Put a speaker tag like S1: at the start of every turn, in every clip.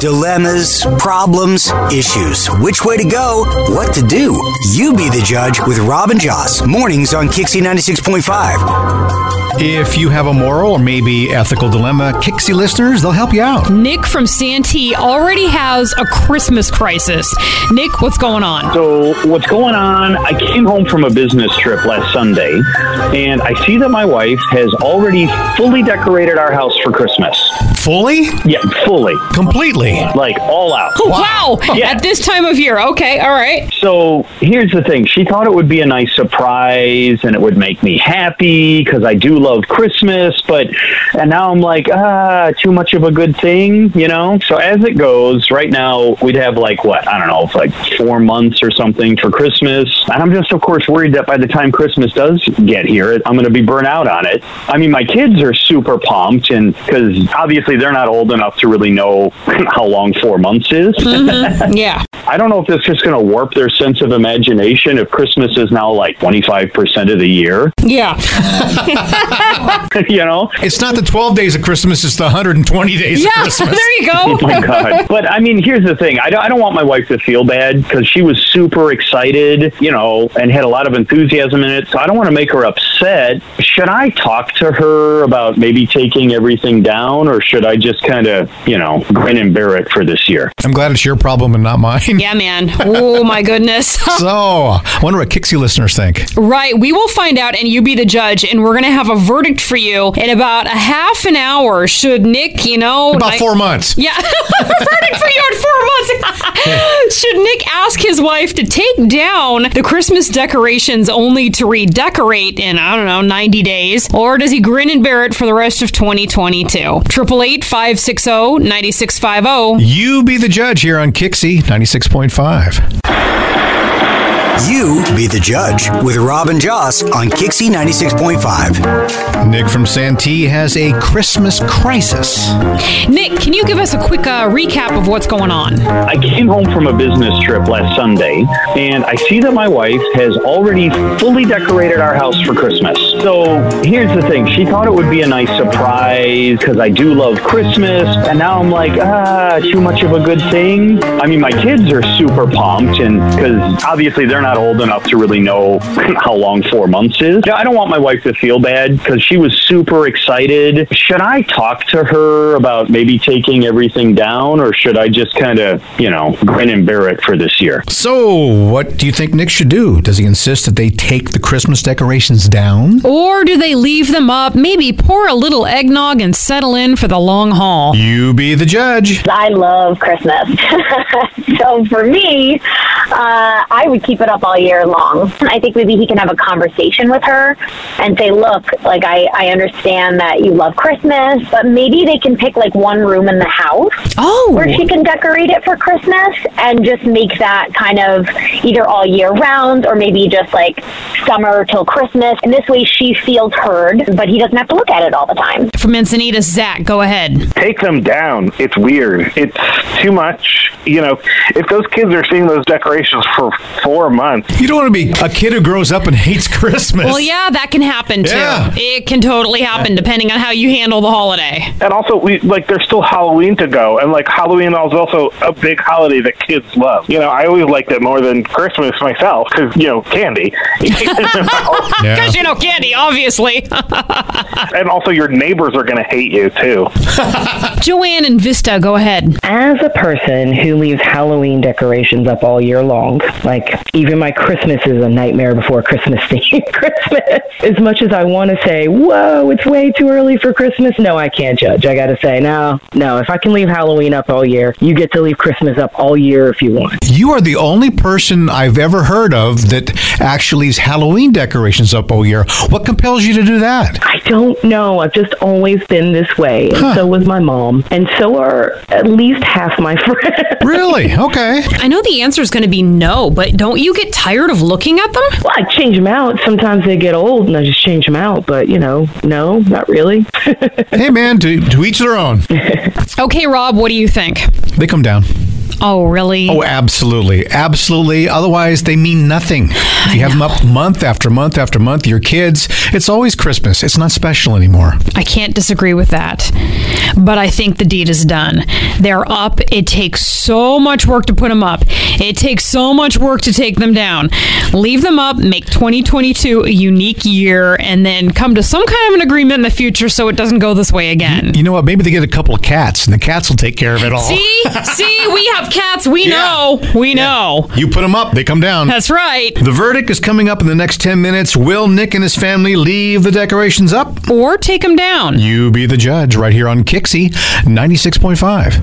S1: Dilemmas, problems, issues. Which way to go? What to do? You be the judge with Robin Joss. Mornings on Kixie 96.5.
S2: If you have a moral or maybe ethical dilemma, Kixie listeners, they'll help you out.
S3: Nick from Santee already has a Christmas crisis. Nick, what's going on?
S4: So, what's going on? I came home from a business trip last Sunday, and I see that my wife has already fully decorated our house for Christmas.
S2: Fully?
S4: Yeah, fully.
S2: Completely.
S4: Like, all out.
S3: Wow.
S4: Yeah.
S3: At this time of year. Okay. All right.
S4: So, here's the thing she thought it would be a nice surprise and it would make me happy because I do love Christmas, but, and now I'm like, ah, too much of a good thing, you know? So, as it goes, right now, we'd have like what? I don't know, it's like four months or something for Christmas. And I'm just, of course, worried that by the time Christmas does get here, I'm going to be burnt out on it. I mean, my kids are super pumped, and because obviously they're not old enough to really know how long four months is.
S3: Yeah.
S4: I don't know if this is going to warp their sense of imagination if Christmas is now like 25% of the year,
S3: Yeah.
S4: you know?
S2: It's not the 12 days of Christmas, it's the 120 days of
S3: Yeah.
S2: Christmas.
S3: there you go.
S4: Oh my god! But I mean, here's the thing. I don't, I don't want my wife to feel bad because she was super excited, you know, and had a lot of enthusiasm in it. So I don't want to make her upset. Should I talk to her about maybe taking everything down, or should I just kind of, you know, grin and bear it for this year?
S2: I'm glad it's your problem and not mine.
S3: Yeah, man. Oh my goodness.
S2: So, I wonder what Kixie listeners think.
S3: Right. We will find out, and you be the judge, and we're going to have a verdict for you in about a half an hour. Should Nick, you know,
S2: About
S3: like-
S2: four months.
S3: Oh, Yeah, verdict for you in four months. Should Nick ask his wife to take down the Christmas decorations only to redecorate in, I don't know, 90 days? Or does he grin and bear it for the rest of 2022? 888 560 9650.
S2: You be the judge here on Kixie 96.5.
S1: You be the judge with Robin Joss on Kixie 96.5.
S2: Nick from Santee has a Christmas crisis.
S3: Nick, can you give us a quick uh, recap of what's going on?
S4: I came home from a business trip last Sunday, and I see that my wife has already fully decorated our house for Christmas. So here's the thing she thought it would be a nice surprise because I do love Christmas, and now I'm like, ah, too much of a good thing. I mean, my kids are super pumped, and because obviously they're not old enough to really know how long four months is. I don't want my wife to feel bad because she was super excited. Should I talk to her about maybe taking everything down, or should I just kind of, you know, grin and bear it for this year?
S2: So, what do you think Nick should do? Does he insist that they take the Christmas decorations down?
S3: Or do they leave them up, maybe pour a little eggnog and settle in for the long haul?
S2: You be the judge.
S5: I love Christmas. so for me, uh, I would keep it up all year long. I think maybe he can have a conversation with her and say, look, like I, I understand that you love Christmas, but maybe they can pick like one room in the house
S3: Oh.
S5: where she can decorate it for Christmas and just make that kind of either all year round or maybe just like summer till Christmas. And this way she feels heard, but he doesn't have to look at it all the time.
S3: From Encinitas, Zach, go ahead.
S6: take them down. It's weird. It's too much. You know, if those kids are seeing those decorations for four months,
S2: You don't want to be a kid who grows up and hates Christmas.
S3: Well, yeah, that can happen too.
S2: Yeah.
S3: It can totally happen depending on how you handle the holiday.
S6: and also we like there's still Halloween to go, and like Halloween is also a big holiday that kids love. You know, I always liked it more than Christmas myself because you know candy,
S2: Oh. Yeah.
S3: Because, you know, candy, obviously.
S6: and also your neighbors are gonna hate you too.
S3: Joanne and Vista, go ahead.
S7: as a person who leaves Halloween decorations up all year long, like even my Christmas is a nightmare before Christmas theme. Christmas. As much as I want to say, whoa, it's way too early for Christmas. No, I can't judge. I got to say, no, no. If I can leave Halloween up all year, you get to leave Christmas up all year if you want.
S2: You are the only person I've ever heard of that actually leaves Halloween decorations up all year. What compels you to do that?
S7: I don't know. I've just always been this way. And so was my mom. And so are at least half my friends.
S2: Really? Okay.
S3: I know the answer is going to be no, but don't you get tired of looking at them?
S7: Well, I change them out. Sometimes they get old and I just change them out. But, you know, no, not really.
S2: Hey, man, to, to each their own.
S3: Okay, Rob, what do you think?
S2: They come down.
S3: Oh, really?
S2: Oh, absolutely. Absolutely. Otherwise, they mean nothing. If you have them up month after month after month, your kids, it's always Christmas. It's not special anymore.
S3: I can't disagree with that. But I think the deed is done. They're up. It takes so much work to put them up. It takes so much work to take them down. Leave them up, make 2022 a unique year, and then come to some kind of an agreement in the future so it doesn't go this way again.
S2: You know what? Maybe they get a couple of cats, and the cats will take care of it all.
S3: See? See, we have cats. We
S2: Yeah.
S3: know. We know.
S2: You put them up, they come down.
S3: That's right.
S2: The verdict is coming up in the next 10 minutes. Will Nick and his family leave the decorations up?
S3: Or take them down.
S2: You be the judge right here on Kixie 96.5.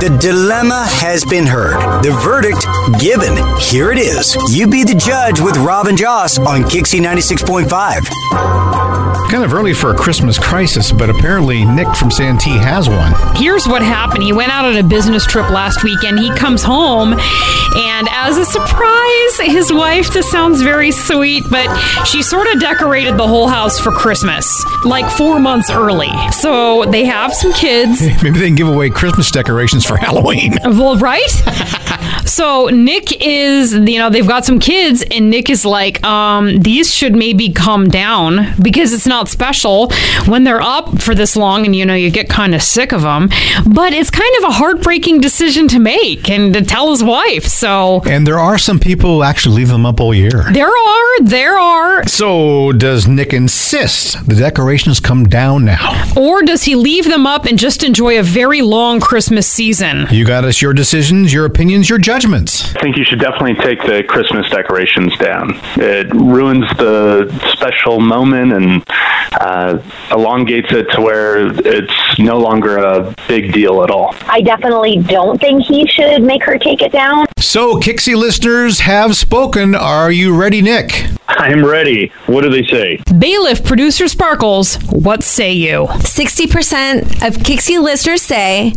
S1: The dilemma has been heard. The verdict given. Here it is. You be the judge with Robin Joss on Kixie 96.5.
S2: Kind of early for a Christmas crisis, but apparently Nick from Santee has one.
S3: Here's what happened. He went out on a business trip last weekend. He comes home, and as a surprise, his wife, this sounds very sweet, but she sort of decorated the whole house for Christmas, like four months early. So they have some kids.
S2: Maybe they can give away Christmas decorations for Halloween.
S3: Well, right? so Nick is, you know, they've got some kids, and Nick is like, um, these should maybe come down because it's not special when they're up for this long, and you know, you get kind of sick of them. But it's kind of a heartbreaking decision to make and to tell his wife. So
S2: And there are some people who actually leave them up all year.
S3: there are, there are,
S2: So does Nick insist the decorations come down now?
S3: or does he leave them up and just enjoy a very long Christmas season?
S2: You got us your decisions, your opinions, your judgments.
S6: I think you should definitely take the Christmas decorations down. It ruins the special moment and uh, elongates it to where it's no longer a big deal at all.
S5: I definitely don't think he should make her take it down.
S2: So Kixie listeners have spoken. Are you ready, Nick?
S6: I'm ready. What do they say?
S3: Bailiff producer Sparkles, what say you?
S8: 60% of Kixie listeners say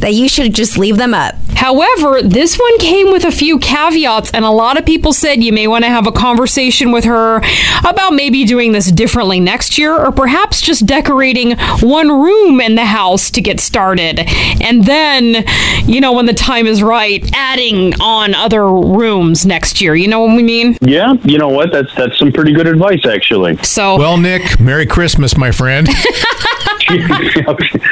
S8: that you should just leave them up.
S3: However, this one came with a few caveats, and a lot of people said you may want to have a conversation with her about maybe doing this differently next year, or perhaps just decorating one room in the house to get started. And then, you know, when the time is right, adding on other rooms next year. You know what we mean?
S4: Yeah, you know what? That's that's some pretty good advice, actually.
S3: So.
S2: Well, Nick, Merry Christmas, my friend.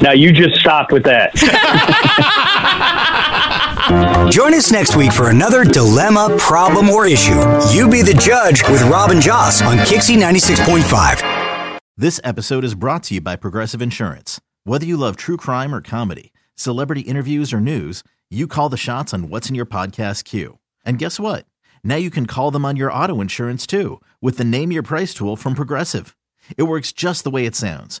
S4: now you just stop with that.
S1: Join us next week for another dilemma, problem, or issue. You be the judge with Robin Joss on Kixie 96.5.
S9: This episode is brought to you by Progressive Insurance. Whether you love true crime or comedy, celebrity interviews or news, you call the shots on what's in your podcast queue. And guess what? Now you can call them on your auto insurance too with the Name Your Price tool from Progressive. It works just the way it sounds.